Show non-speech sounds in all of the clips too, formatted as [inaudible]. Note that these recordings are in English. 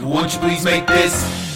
won't you please make this?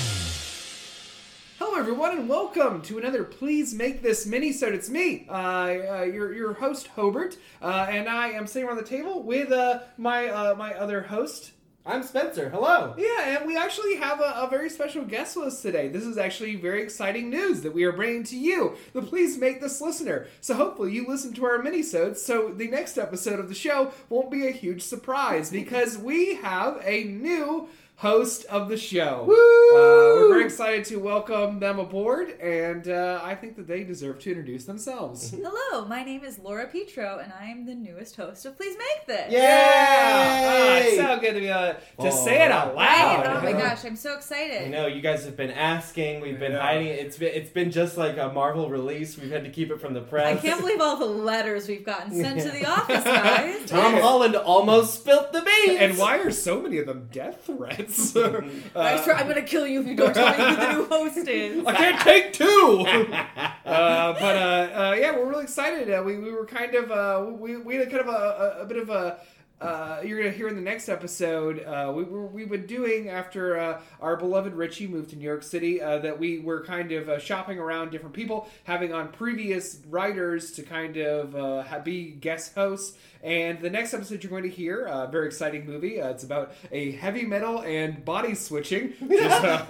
Hello, everyone, and welcome to another Please Make This Minisode. It's me, uh, uh, your, your host, Hobart, uh, and I am sitting around the table with uh, my, uh, my other host. I'm Spencer. Hello. Yeah, and we actually have a, a very special guest with us today. This is actually very exciting news that we are bringing to you, the Please Make This listener. So hopefully you listen to our minisodes, so the next episode of the show won't be a huge surprise because we have a new host of the show. Uh, we're very excited to welcome them aboard, and uh, I think that they deserve to introduce [laughs] themselves. Hello, my name is Laura Petro, and I'm the newest host of Please Make This. Ah, it's Yay! so good to be uh, to say it out Right? loud. Oh my Yeah. gosh, I'm so I excited. know you guys have been asking. We've been Yeah. hiding it. It's been it's been just like a Marvel release. We've had to keep it from the I press. can't believe all the letters we've gotten sent to the Yeah. [laughs] office, guys. Tom Holland almost spilt the beans. And why are so many of them death threats? [laughs] Uh, I swear I'm gonna kill you if you don't tell me who the new [laughs] host is. I can't take two. [laughs] uh, but uh, uh, yeah, we're really excited. Uh, we, we were kind of uh, we, we had a kind of a, a, a bit of a. Uh, you're gonna hear in the next episode. Uh, we were we've been doing after uh, our beloved Richie moved to New York City uh, that we were kind of uh, shopping around different people, having on previous writers to kind of uh, ha- be guest hosts. And the next episode you're going to hear, a very exciting movie. Uh, it's about a heavy metal and body switching. [laughs] Which is, uh,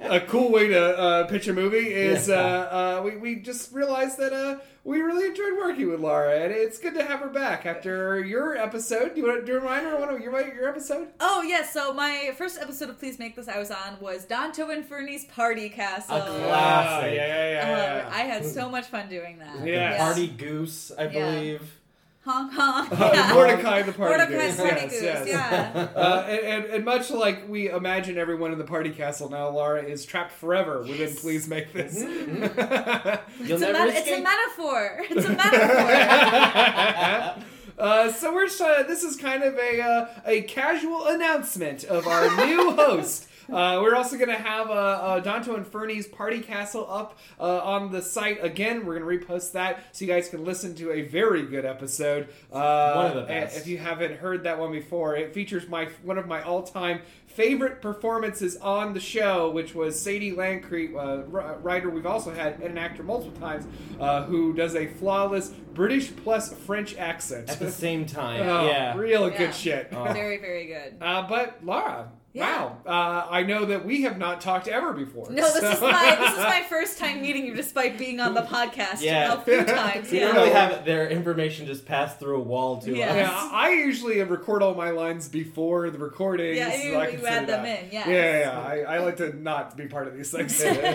a cool way to uh, pitch a movie is uh, uh, we, we just realized that uh, we really enjoyed working with Laura, and it's good to have her back after your episode. Do you want to do a reminder one of your your episode? Oh yes, so my first episode of Please Make This I was on was Danto Inferni's Party Castle. A classic. Yeah, yeah, Uh, yeah, I had so much fun doing that. Yeah. Yes. Party Goose, Yeah. I believe. Hong Kong. yeah. Yeah. uh, Mordecai [laughs] the party Mordecai's goose. Party Yes, Goose, yes. yeah. Uh, and, and, and much like we imagine everyone in the party castle now, Laura is trapped forever within Yes. Please Make This. You'll [laughs] It's a, never met- it's a escape. metaphor. It's a metaphor. Uh, so we're just, uh, this is kind of a uh, a casual announcement of our [laughs] new host. Uh, we're also going to have uh, uh, Danto Inferni's Party Castle up uh, on the site again. We're going to repost that so you guys can listen to a very good episode. Uh, One of the best. and If you haven't heard that one before, it features my one of my all time favorite performances on the show, which was Sadie Lancrete, uh, wr- writer we've also had and an actor multiple times, uh, who does a flawless British plus French accent. At the same time, Oh, yeah. Real Yeah. good shit. Oh. Very, very good. [laughs] Uh, but Laura, Yeah. wow. Uh, I know that we have not talked ever before. No, this so- is my this is my first time meeting you, despite being on the podcast Yeah. a few times. We Yeah. normally have their information just passed through a wall to Yeah. [laughs] [laughs] us. Yeah, I usually record all my lines before the recording. Yeah, so you- I you consider add them that- in, yes. Yeah, yeah, yeah. I, I like to not be part of these [laughs] things. uh,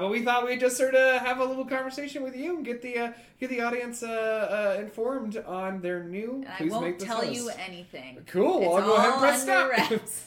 but we thought we'd just sort of have a little conversation with you and get the uh, get the audience uh, uh, informed on their new. and I Please won't make this tell list. you anything. Cool. It's I'll go ahead and all press under stop. wraps.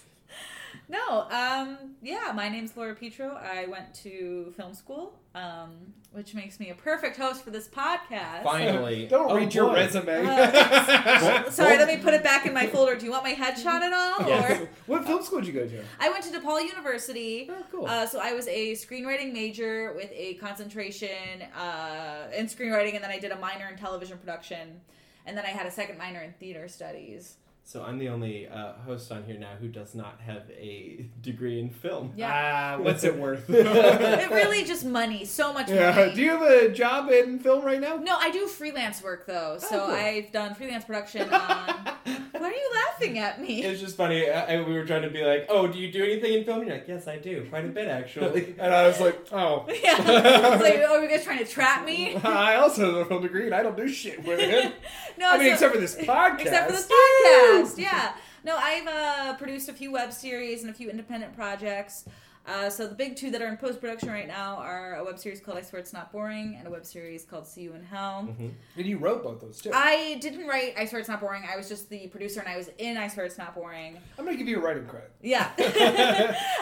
no, um, yeah, my name's Laura Petro. I went to film school, um, which makes me a perfect host for this podcast. Finally. [laughs] Don't Oh, read your [laughs] boy. resume. Uh, Sorry, Well- let me put it back in my folder. Do you want my headshot at all? Yes. Or what film school did you go to? I went to DePaul University. Oh, cool. Uh, so I was a screenwriting major with a concentration uh, in screenwriting, and then I did a minor in television production, and then I had a second minor in theater studies. So I'm the only uh, host on here now who does not have a degree in film. Yeah, Ah, what's it [laughs] worth? it really just money, so much yeah. money. Do you have a job in film right now? no, I do freelance work though, so Oh, cool. I've done freelance production. [laughs] on... Why are you laughing at It me? was just funny. I, I- we were trying to be like, "Oh, do you do anything in film?" And you're like, "Yes, I do, quite a [laughs] bit actually." [laughs] And I was like, oh. [laughs] [laughs] yeah, it's like, oh, are you guys trying to trap me? I also have a film degree and I don't do shit with [laughs] it. No, I mean, so- except for this podcast. Except for this [laughs] podcast, yeah. No, I've uh, produced a few web series and a few independent projects. Uh, so the big two that are in post production right now are a web series called "I Swear It's Not Boring" and a web series called "See You in Hell." And you wrote both those too. I, I didn't write "I Swear It's Not Boring." I was just the producer, and I was in "I Swear It's Not Boring." am going to give you a writing credit. [laughs] Yeah, Uh, and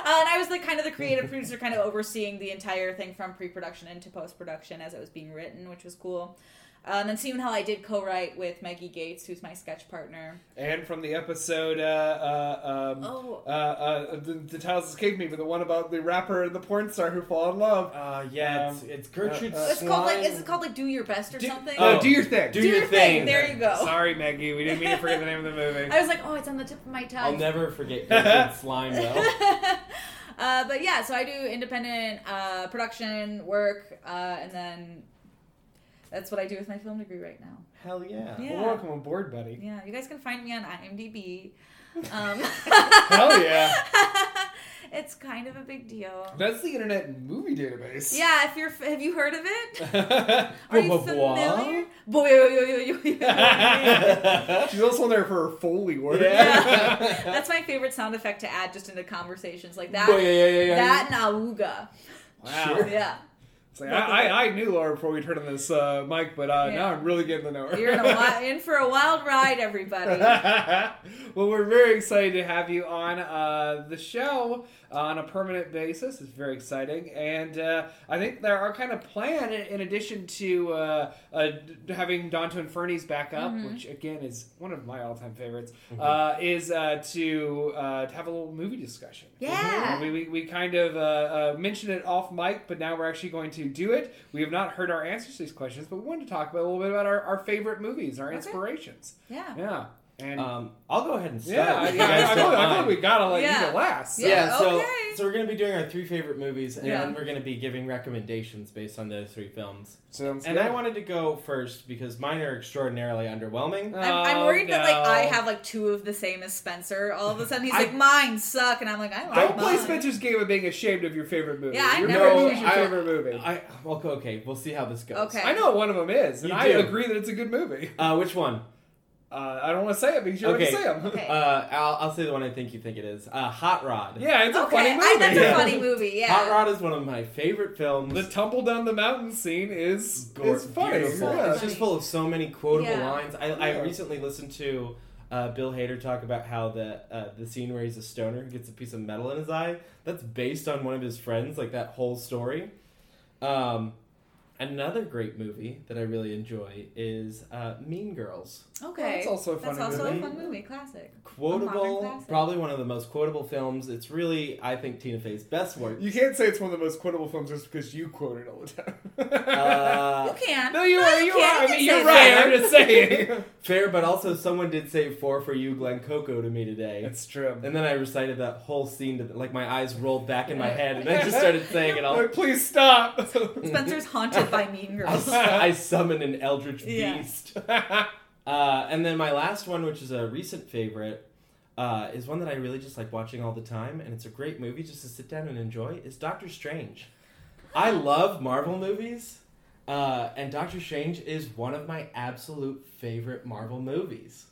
I was like kind of the creative producer, kind of overseeing the entire thing from pre-production into post-production as it was being written, which was cool. Um, and seeing how I did co-write with Maggie Gates, who's my sketch partner. And from the episode, uh, uh, um, Oh, uh, uh, the, the titles escaped me, but the one about the rapper and the porn star who fall in love. Uh, yeah, Um, it's, it's Gertrude uh, uh, it's called like Swine. is it called like Do Your Best or Do- something? Uh, Oh. do your thing. Do Do your your thing. thing. There you go. Sorry, Maggie. We didn't mean to forget the name of the movie. Oh. [laughs] I was like, oh, it's on the tip of my I'll tongue. never [laughs] forget Gertrude [laughs] Slime though. uh, but yeah, so I do independent uh, production work, uh, and then that's what I do with my film degree right now. Hell yeah. Yeah. Well, welcome aboard, buddy. Yeah, you guys can find me on IMDb. Um, Hell yeah. [laughs] it's kind of a big deal. That's the Internet Movie Database. Yeah, if you're, have you heard of [laughs] it? Yeah. Are you Blah, blah, blah. familiar? Boy, yo, yo, yo, yo, [laughs] yo, yo. She's also on there for her Foley work. [laughs] Yeah. That's my favorite sound effect to add just into conversations like that. Oh, yeah, yeah, yeah, yeah. That and awooga. Wow. [laughs] Sure. Yeah. It's like, I, I, I knew Laura before we turned on this uh, mic, but uh, Yeah. now I'm really getting to know her. You're in, a wi- in for a wild [laughs] ride, everybody. well, we're very excited to have you on uh, the show uh, on a permanent basis. It's very exciting, and uh, I think there are kind of plan in in addition to uh, uh, d- having Danto Inferni's back up, Mm-hmm. which again is one of my all-time favorites, uh, is uh, to, uh, to have a little movie discussion. Yeah. Uh, we, we, we kind of uh, uh, mentioned it off mic, but now we're actually going to do it. We have not heard our answers to these questions, but we wanted to talk about a little bit about our, our favorite movies, our Okay. inspirations. Yeah. Yeah. And Um, I'll go ahead and start. yeah, I, if you I, guys I, don't thought- I thought mind. we gotta let you Yeah. go last. so- Yeah. Yeah, so okay. so we're gonna be doing our three favorite movies, and Yeah. then we're gonna be giving recommendations based on those three films. Sounds And good. I wanted to go first because mine are extraordinarily underwhelming. I'm, I'm worried that like Oh, I no. have like two of the same as Spencer. All of a sudden he's I- like mine suck, and I'm like I like Don't play mine. Spencer's game of being ashamed of your favorite movie. Yeah, I your never favorite do. movie's your I- favorite movie. I, I well, okay, okay, we'll see how this goes. Okay. know what one of them is, and You I do. agree that it's a good movie. Uh, which one? Uh, I don't want to say it because you're Okay. going to say them. Okay. Uh, I'll, I'll say the one I think you think it is. Uh, Hot [laughs] Rod. Yeah, it's a Okay, funny movie. I, that's a Yeah. [laughs] funny movie. Yeah. Hot Rod is one of my favorite films. The tumble down the mountain scene is Gore- is funny. beautiful. Yeah. It's just full of so many quotable Yeah. lines. I, Yeah. I recently listened to uh, Bill Hader talk about how the uh, the scene where he's a stoner who gets a piece of metal in his eye. That's based on one of his friends. Like that whole story. Um, another great movie that I really enjoy is uh, Mean Girls. Okay. Oh, That's also a That's funny also movie. a fun movie, classic. modern Quotable, Oh, classic. probably one of the most quotable films. It's really, I think, Tina Fey's best [laughs] work. You can't say it's one of the most quotable films just because you quote it all the time. Uh, you can. no, you [laughs] No, are. You can't. are. I can mean, say you're right. that. I'm just saying. fair, but also someone did say four for you, Glen Coco, to me today. [laughs] It's true. And then I recited that whole scene to like my eyes rolled back in my head, and I just started saying it [laughs] all. Like, please stop. Spencer's haunted by Mean I, [laughs] Girls. su- I summoned an eldritch Yeah. beast. Uh, and then my last one, which is a recent favorite, uh, is one that I really just like watching all the time, and it's a great movie just to sit down and enjoy. Is Doctor Strange. I love Marvel movies, uh, and Doctor Strange is one of my absolute favorite Marvel movies.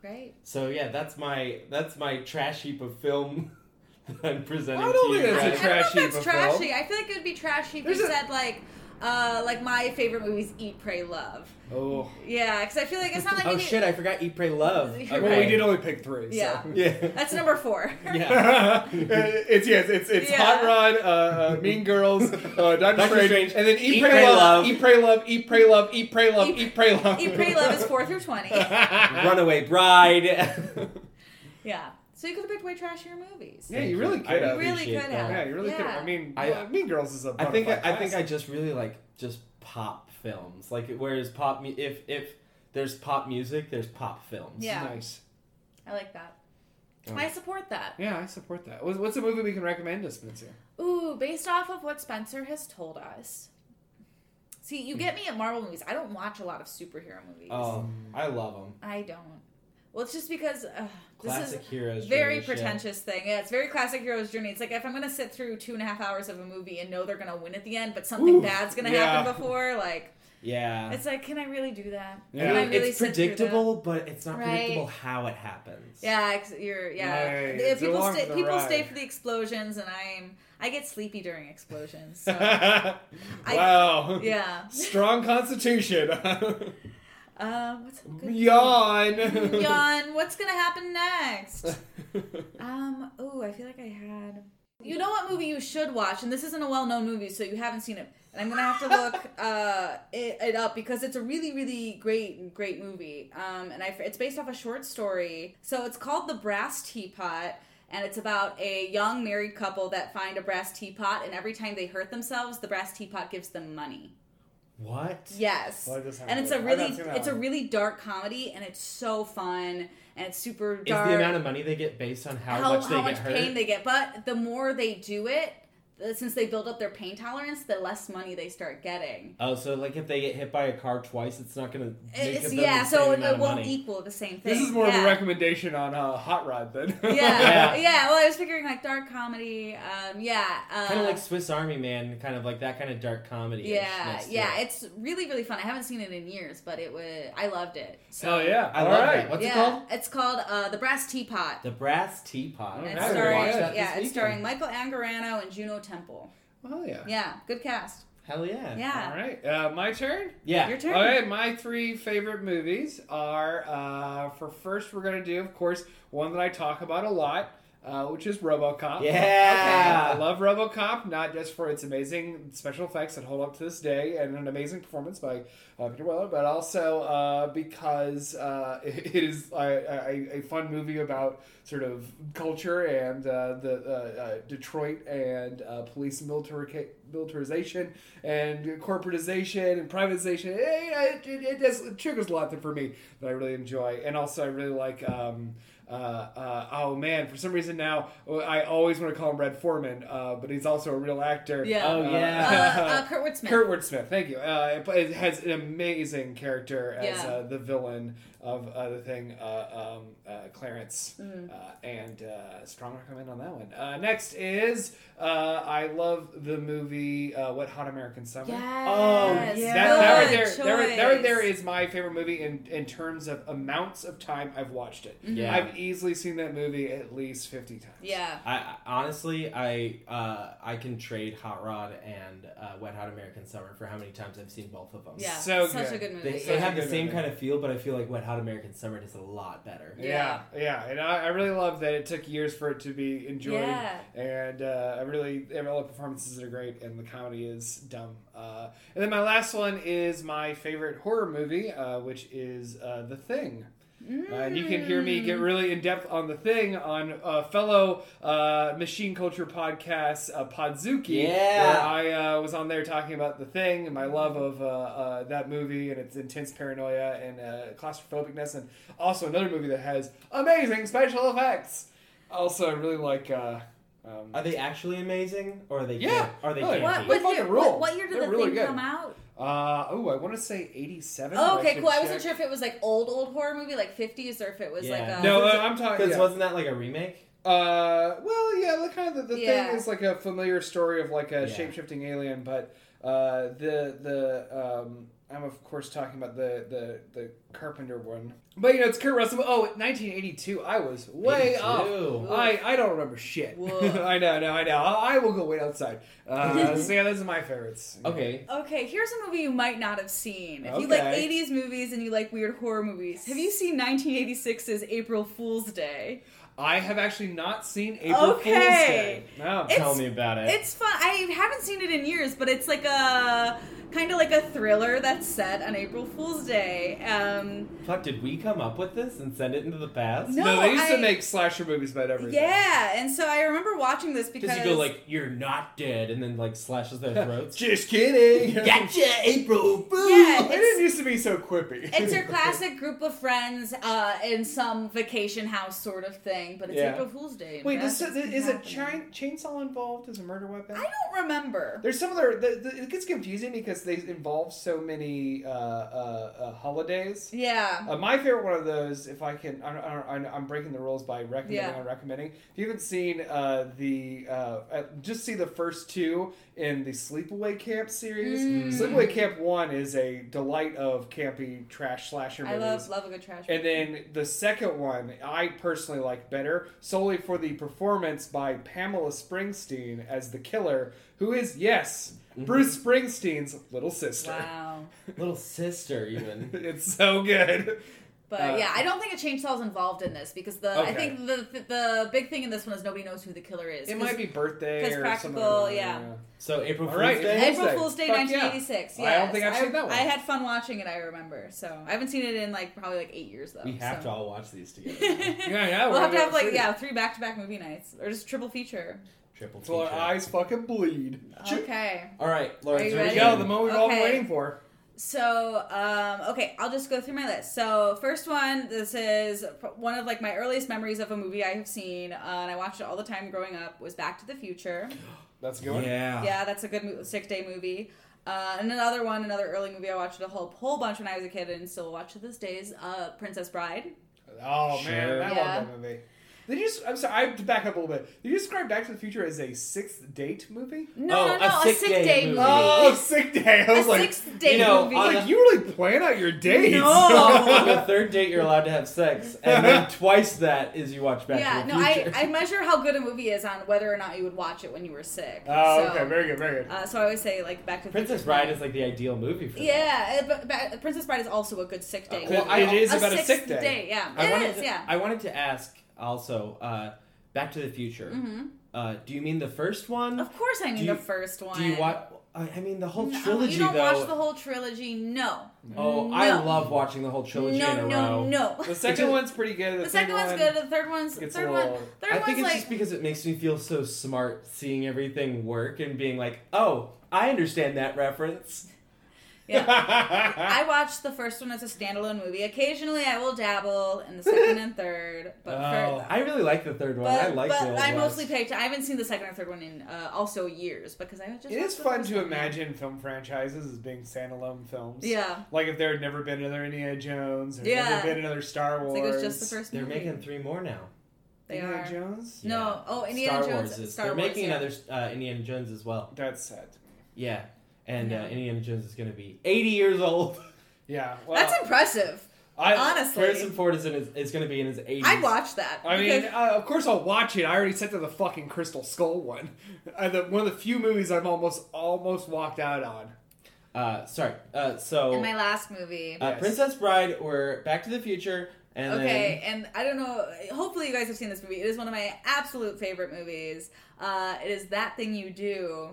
Great. So yeah, that's my that's my trash heap of film [laughs] that I'm presenting I don't to you. think that's a guys. I don't know if trashy that's before. trashy. I feel like it would be trashy if you There's a- said like, uh, like my favorite movies: Eat, Pray, Love. [laughs] oh. Yeah, because I feel like it's not like oh any- shit! I forgot Eat, [laughs] Pray, Love. Well, Well, we Okay. did only pick three. Yeah. So. [laughs] [laughs] Yeah. That's number four. yeah. [laughs] it's yes, it's it's Yeah. Hot Rod, uh, uh, Mean Girls, [laughs] uh, Doctor Doctor Strange, Strange, and then Eat, Pray, love, Eat, Pray, Love, Eat, Pray, Love, Eat, Pray, Love, Eat- Eat, Pray, Love. [laughs] Eat, [laughs] Pray, Love is four through [laughs] twenty. [laughs] Runaway Bride. [laughs] Yeah. So you could have picked way trashier movies. Yeah, you really could I have. You really appreciate could that. have. Yeah, you really could. I mean, I- well, Mean Girls is a. I think butterfly I think I classic. just really like just pop films. Like whereas pop mu- if if there's pop music, there's pop films. Yeah. Nice. I like that. Oh. I support that. Yeah, I support that. What's, what's a movie we can recommend to Spencer? Ooh, based off of what Spencer has told us. See, you get me at Marvel movies. I don't watch a lot of superhero movies. Oh, I love them. I don't. Well, it's just because uh, this Classic is heroes. very Journey shit. pretentious thing. Yeah, it's very classic hero's journey. It's like if I'm gonna sit through two and a half hours of a movie and know they're gonna win at the end, but something Ooh, bad's gonna yeah. happen before, like Yeah. it's like, can I really do that? Yeah. Can [laughs] I It's really sit it's through that? predictable, but it's not Right. predictable how it happens. Yeah, ex- you're yeah. Right. The- It's people along stay for the people ride. stay for the explosions, and I'm I get sleepy during explosions. [laughs] So, I- wow. yeah. Strong constitution. [laughs] Um, what's a [laughs] good- Yawn. Yawn. What's gonna happen next? Um. Oh, I feel like I had. You know what movie you should watch, and this isn't a well-known movie, so you haven't seen it. And I'm gonna have to look uh, it, it up because it's a really, really great, great movie. Um, and I, it's based off a short story. So it's called The Brass Teapot, and it's about a young married couple that find a brass teapot, and every time they hurt themselves, the brass teapot gives them money. What? Yes. Well, I just haven't and it's a heard- I've not really, seen that it's a one. really dark comedy, and it's so fun, and it's super Is dark the amount of money they get based on how, how, much they how get much hurt? pain they get. But the more they do it, uh, since they build up their pain tolerance, the less money they start getting. Oh, so like if they get hit by a car twice, it's not gonna make It's, them yeah, the so same it, amount it of won't money. equal the same thing. This is more yeah. of a recommendation on uh, Hot Rod than. [laughs] [laughs] Yeah. [laughs] Yeah. yeah, Well, I was figuring like dark comedy. Um, yeah, uh, Kind of like Swiss Army Man, kind of like that kind of dark comedy. yeah, yeah. It's really really fun. I haven't seen it in years, but it was I loved it. So Oh yeah! I All love right. that. What's yeah, it called? it's called uh, the Brass Teapot. The Brass Teapot. Alright. And it's I will starring, watch that yeah, this it's starring weekend. Michael Angarano and Juno Temple. Oh yeah. Yeah, good cast. Hell yeah. Yeah, All right. Uh, my turn. Yeah. your turn. All right. My three favorite movies are uh, for first we're gonna do of course one that I talk about a lot, uh, which is RoboCop. Yeah. I love RoboCop, not just for its amazing special effects that hold up to this day and an amazing performance by uh, Peter Weller, but also uh, because uh, [laughs] it it is a, a, a fun movie about sort of culture and uh, the uh, uh, Detroit and uh, police militari- militarization and corporatization and privatization. It, it, it, it does, it triggers a lot there for me that I really enjoy, and also I really like. Um, uh, uh, oh man, for some reason now I always want to call him Red Foreman, uh, but he's also a real actor. Yeah. Oh Uh, uh, yeah. [laughs] uh, Kurtwood Smith. Kurtwood Smith, thank you. Uh, it play- it has an amazing character as Yeah. uh, the villain of uh, the thing, uh, um, uh, Clarence, Mm. uh, and uh, strong recommend on that one. Uh, next is uh, I love the movie uh, What Hot American Summer. Yes. Oh, That, yeah. that right Good there, that right, that right there choice. is my favorite movie in, in terms of amounts of time I've watched it. Yeah. I've easily seen that movie at least fifty times. Mm-hmm. Yeah. I I- honestly, I uh, I can trade Hot Rod and uh, Wet Hot American Summer for how many times I've seen both of them. Yeah. So such good. a good They, movie. they Such a have the good same movie. kind of feel, but I feel like Wet Hot American Summer does a lot better. Yeah, yeah, and I, I really love that it took years for it to be enjoyed, Yeah. and uh, I really, I mean, all the performances are great, and the comedy is dumb. Uh, and then my last one is my favorite horror movie, uh, which is uh, The Thing. Uh, and you can hear me get really in depth on the thing on uh, fellow uh, machine culture podcast uh, Podzuki. Yeah. where I uh, was on there talking about the thing and my love of uh, uh, that movie and its intense paranoia and uh, claustrophobicness, and also another movie that has amazing special effects. Also, I really like. Uh, um, Are they actually amazing, or are they? Yeah. camp- Are they? Oh, yeah. campy? what, They what, fucking year, rule. what, what year did They're the really thing good. come out? uh, oh, I want to say eighty-seven. Oh, but okay, should cool. I check. wasn't sure if it was like old, old horror movie, like 50s, or if it was Yeah. like a. No, uh, I'm talking. Because yeah. wasn't that like a remake? Uh, well, yeah, the kind of the, the Yeah. thing is like a familiar story of like a Yeah. shape shifting alien, but uh, the the um, I'm of course talking about the the the Carpenter one, but you know it's Kurt Russell. Oh, 1982. I was way 82. off. I, I don't remember shit. Whoa. [laughs] I know, no, I know. I, I will go wait outside. Uh, [laughs] so yeah, those are my favorites. Okay. Okay, here's a movie you might not have seen. If you like Okay. 80s movies and you like weird horror movies, have you seen 1986's April Fool's Day? I have actually not seen April Okay. Fool's Day. No. It's- Tell me Eh. about it. It's fun. I haven't seen it in years, but it's like a kind of like a thriller that's set on April Fool's Day. Um, Fuck, did we come up with this and send it into the past? No, they used to I- make slasher movies about everything. yeah, and so I remember watching this because Because you go like, you're not dead, and then like slashes [laughs] [laughs] their throats. Just kidding. [laughs] gotcha, April Fool. Yeah. It didn't used to be so quippy. it's your classic group of friends uh, in some vacation house sort of thing, but it's Yeah. April Fool's Day. and Wait, bad does, things is, can is a happen. chain, chainsaw involved as a murder weapon? I don't remember. There's some other. The, the, it gets confusing because they involve so many uh, uh, uh, holidays. Yeah. Uh, my favorite one of those, if I can, I, I, I, I'm breaking the rules by recommending Yeah. on recommending. If you haven't seen uh, the, uh, uh, just see the first two in the Sleepaway Camp series. Mm. Sleepaway Camp One is a delight of campy trash slasher I movies. love love a good trash. And then the second one, I personally like better, solely for the performance by Pamela Springsteen as the killer, who is, yes, Bruce [laughs] Springsteen's little sister. [laughs] Wow. [laughs] Little sister, even. It's so good. But Uh, yeah, I don't think a chainsaw's involved in this because the I Okay. think the, the the big thing in this one is nobody knows who the killer is. It might be birthday 'cause or practical, something. yeah. [laughs] So April All Fool's right. Day. April Wednesday. Fool's Day, Fuck yeah. 1986. I Yeah, don't think I've seen that one. I had fun watching it. I remember. So I haven't seen it in like probably like eight years though. We have to so. all watch these together. [laughs] Yeah, yeah, we'll we're have to gonna have like see it. yeah three back to back movie nights or just triple feature. Triple Until our feature. eyes fucking bleed. Okay. All right, Laura. Are you it's your There we ready? go. turn. The moment we've all been Okay. waiting for. So, um, okay, I'll just go through my list. So, first one, this is one of like my earliest memories of a movie I have seen, uh, and I watched it all the time growing up. Was Back to the Future. That's a good one. Yeah. [laughs] Yeah, that's a good mo- sick day movie. Uh, and another one, another early movie I watched a whole whole bunch when I was a kid and still watch to this day is uh, Princess Bride. Oh Sure. man, I Yeah. love that movie. Did you? s- I'm sorry. I have to back up a little bit. Did you describe Back to the Future as a sixth date movie? No, Oh, no, no, a a sick sick, day day, movie. movie. Oh, sick day. [laughs] I a was like, sixth day you know, movie. I was on like you really plan out your dates. Oh, [laughs] No. On the third date, you're allowed to have sex, and [laughs] then twice that is you watch Back yeah, to the no, I, Future. I measure how good a movie is on whether or not you would watch it when you were sick. oh, So, okay. Very good. Very good. uh, so I always say like Back to the Princess Future. Bride is like the ideal movie for that. Yeah, uh, but, but Princess Bride is also a good sick day. Uh, Well, well, I- it is about a sixth sick day. yeah. I it wanted is, to, yeah. I wanted to ask also, uh, Back to the Future. hmm Uh, do you mean the first one? Of course, I mean the you- first one. Do you watch? I I mean the whole No, trilogy You don't though. watch the whole trilogy. No. oh, I No. love watching the whole trilogy no, in a no, row. no. The [laughs] second one's pretty good. The, The, second third one's one [laughs] good. The third one's Gets third a one. little. Third I think one's it's like just because it makes me feel so smart seeing everything work and being like, oh, I understand that reference. yeah. I watched the first one as a standalone movie. Occasionally, I will dabble in the [laughs] second and third, but Oh, for, I really like the third one. but, I like but the old I ones. mostly picked. I haven't seen the second or third one in uh, also years because I just. it is watched the fun first to one. imagine film franchises as being standalone films. Yeah, Like if there had never been another Indiana Jones or Yeah. never been another Star it's Wars. like it was just the first. They're movie. making three more now. They Indiana are. Jones. No. Oh, Indiana Star Jones. Wars is. Star They're Wars, making yeah. another uh, Indiana Jones as well. That's sad to me. Yeah. And uh, Yeah. Indiana Jones is going to be 80 years old. Yeah. Well, That's impressive. I- Honestly, Harrison Ford is, in his, is going to be in his 80s. I'd watch that. I mean, because- uh, of course I'll watch it. I already said to the fucking Crystal Skull one, [laughs] uh, the, one of the few movies I've almost almost walked out on. Uh, sorry. Uh, so, in my last movie. uh, Yes. Princess Bride or Back to the Future. And okay, and I don't know. Hopefully, you guys have seen this movie. It is one of my absolute favorite movies. Uh, it is that thing you do.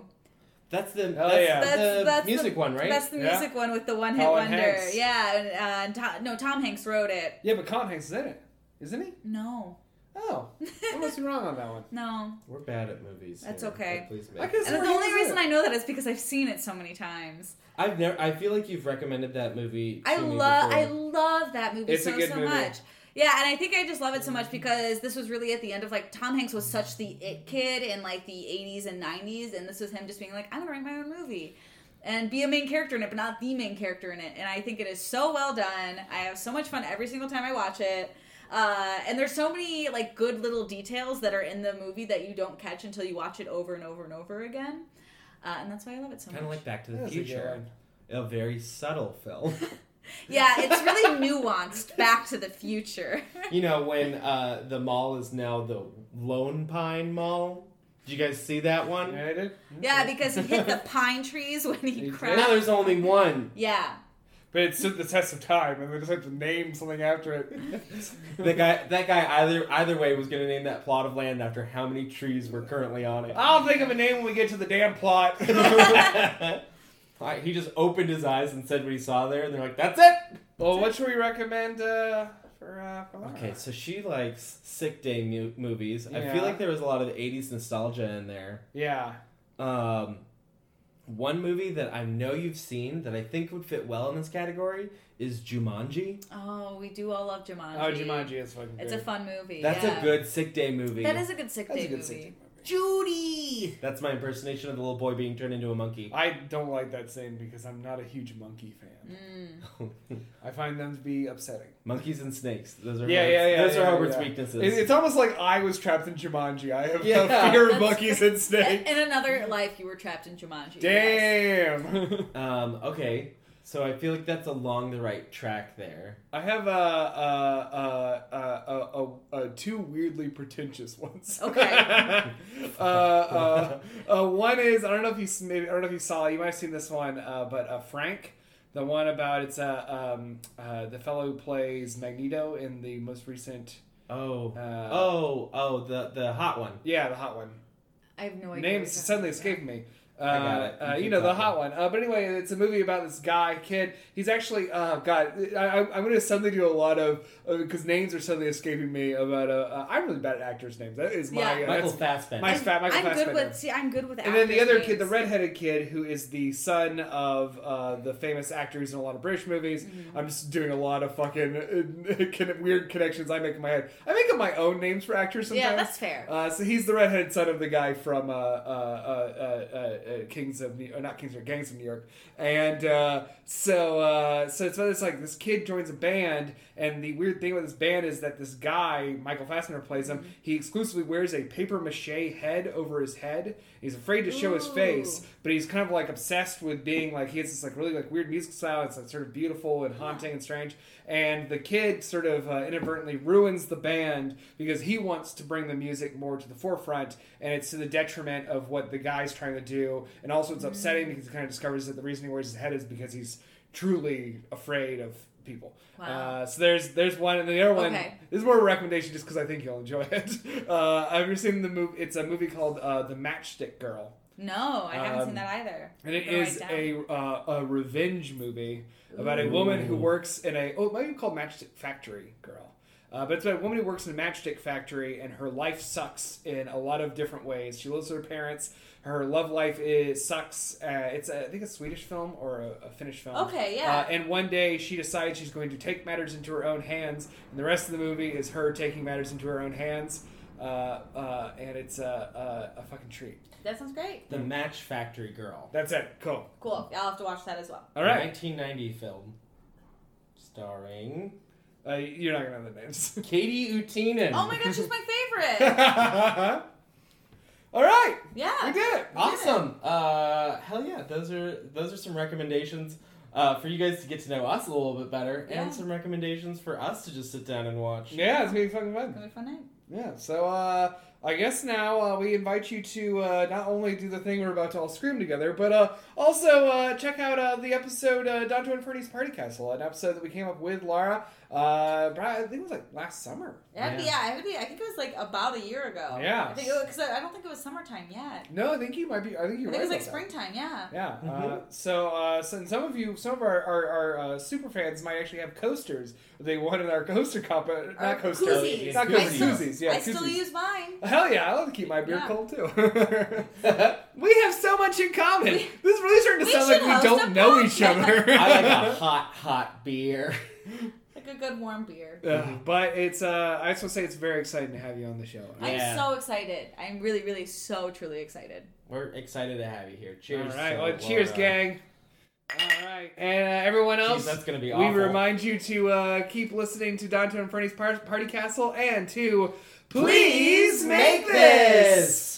Then that's the, Hell that's, yeah. That's- the that's the- music one, right? That's the Yeah. music one with the one hit Colin wonder. Hanks. Yeah, and, uh, and Tom, no, Tom Hanks wrote it. Yeah, but Colin Hanks is in it, isn't he? No, Oh, I must be wrong on that one. [laughs] no. We're bad at movies. That's here, okay. but Please I make. could've And sworn the he only was in reason it. I know that is because I've seen it so many times. I've never. I feel like you've recommended that movie. I to me love, I before. love that movie It's a so good so movie. much. Yeah, and I think I just love it so much because this was really at the end of like Tom Hanks was such the it kid in like the 80s and 90s, and this was him just being like, I'm gonna write my own movie and be a main character in it, but not the main character in it. And I think it is so well done. I have so much fun every single time I watch it. Uh, and there's so many like good little details that are in the movie that you don't catch until you watch it over and over and over again. Uh, and that's why I love it so much. Kind of like Back to the That's a good Future, one. a, very subtle film. yeah, [laughs] it's really nuanced. Back to the Future. [laughs] you know when uh, the mall is now the Lone Pine Mall. Did you guys see that one? Yeah, I did. Yeah, because he hit the pine trees when [laughs] he did. Now crashed. there's only one. Yeah. But it stood the test of time, and they just had to name something after it. That guy. That guy. Either either way was gonna name that plot of land after how many trees were currently on it. [laughs] I'll think of a name when we get to the damn plot. [laughs] All right, he just opened his eyes and said what he saw there, and they're like, "That's it." well, what should we recommend uh, for, uh, for Laura? Okay, so she likes sick day mu- movies. I Yeah. feel like there was a lot of '80s nostalgia in there. Yeah. Um, one movie that I know you've seen that I think would fit well in this category is Jumanji. Oh, we do all love Jumanji. Oh, Jumanji is fucking It's a good. fun movie. That's yeah. a good sick day movie. That is a good sick That's day a good movie. scene. Judy. That's my impersonation of the little boy being turned into a monkey. I don't like that scene because I'm not a huge monkey fan. Mm. [laughs] I find them to be upsetting. Monkeys and snakes. Those are Yeah, Herbert's- yeah, yeah, Those are yeah, Herbert's yeah. weaknesses. It, it's almost like I was trapped in Jumanji. I have Yeah. a fear [laughs] of That's- monkeys and In snakes. in another life, you were trapped in Jumanji. yes. Damn. [laughs] um, okay, so I feel like that's along the right track there. I have a uh, uh, uh, uh, uh, two weirdly pretentious ones. Okay. [laughs] uh, uh, uh, one is I don't know if you s- maybe, I don't know if you saw you might have seen this one, uh, but uh, Frank, The one about it's uh, um, uh, the fellow who plays Magneto in the most recent. Oh. Uh, oh, oh, the the hot one. yeah, the hot one. I have no idea. what Names you're suddenly talking about. escaped me. Uh, I got it. You uh, you keep know the talking. hot one, uh, but anyway, it's a movie about this guy kid. He's actually, oh god, I, I, I'm going to suddenly do a lot of because names are suddenly escaping me. About uh, uh, I'm really bad at actors' names. That is my Yeah. uh, Michael that's- Fassbender. my- Fat Michael I'm good Fassbender. with see, I'm good with. And then the actors' other kid, the names. redheaded kid, who is the son of uh, the famous actor who's in a lot of British movies. Mm-hmm. I'm just doing a lot of fucking [laughs] uh, conne- weird connections I make in my head. I make up my own names for actors sometimes. Yeah, that's fair. Uh, so he's the redheaded son of the guy from uh, uh, uh, uh, uh, Kings of New, or not Kings of Gangs of New York, and uh, so uh, so it's about this like this kid joins a band, and the weird thing with this band is that this guy Michael Fassbender plays Mm-hmm. him. He exclusively wears a paper mache head over his head. He's afraid to show his Ooh. face, but he's kind of like obsessed with being like he has this like really like weird music style. It's like sort of beautiful and haunting and strange. And the kid sort of uh, inadvertently ruins the band because he wants to bring the music more to the forefront, and it's to the detriment of what the guy's trying to do. And also, it's Mm. upsetting because he kind of discovers that the reason he wears his head is because he's truly afraid of people. Wow. Uh, so there's there's one, and the other one. Okay. This is more of a recommendation just because I think you'll enjoy it. [laughs] Uh, I've ever seen the movie. It's a movie called uh, The Matchstick Girl. No, I haven't Um, seen that either. And it I'm gonna is write it a uh, a revenge movie about a woman who Ooh. works in a oh it might be called Matchstick Factory Girl, uh, but it's about a woman who works in a matchstick factory and her life sucks in a lot of different ways. She lives with her parents. Her love life is sucks. Uh, it's a, I think a Swedish film or a, a Finnish film. Okay, yeah. Uh, and one day she decides she's going to take matters into her own hands, and the rest of the movie is her taking matters into her own hands. Uh, uh, and it's a, a, a fucking treat. That sounds great. the Match Factory Girl. That's it. Cool. Cool. I'll have to watch that [laughs] as well. All right. 1990 film. Starring Uh, you're not gonna know the [laughs] names. Katie Utinen. Oh my god, she's my [laughs] favorite. All right, we Yeah. did it. Awesome. Uh, hell yeah. Those are those are some recommendations uh, for you guys to get to know us a little bit better, Yeah. and some recommendations for us to just sit down and watch. Yeah, it's gonna be fucking fun. Gonna be a fun night. Yeah. So uh, I guess now uh, we invite you to uh, not only do the thing we're about to all scream together, but uh, also uh, check out uh, the episode uh, Danto and Freddy's Party Castle, an episode that we came up with Laura. Uh, probably- I think it was like last summer. Yeah, Yeah. yeah. yeah, it would be- I think it was like about a year ago. Oh, Yeah. I think because I I don't think it was summertime yet. No, I think you might be. I think I you. think it was like springtime. Yeah. Yeah. Uh, Mhm. so, uh, so and some of you, some of our, our, our uh, super fans might actually have coasters. They wanted our coaster comp, uh, not Or coaster, koozies. not Koozies. coaster, I still, koozies. Yeah, I still koozies. use mine. Hell yeah, I love to keep my beer Yeah. cold too. [laughs] [laughs] we have so much in common. This is really starting to we sound should like we host don't a know each podcast. [laughs] other. [laughs] I [laughs] like a hot, hot beer. [laughs] Like a good warm beer. Ugh, but it's, uh, I just want to say it's very exciting to have you on the show. Yeah. I'm so excited. I'm really, really, so truly excited. We're excited to have you here. Cheers. All right, to well, cheers, Laura. gang. All right, and uh, everyone Jeez, else. that's gonna be we awful. remind you to uh, keep listening to Dante and Freddy's Par- Party Castle and to Please make this.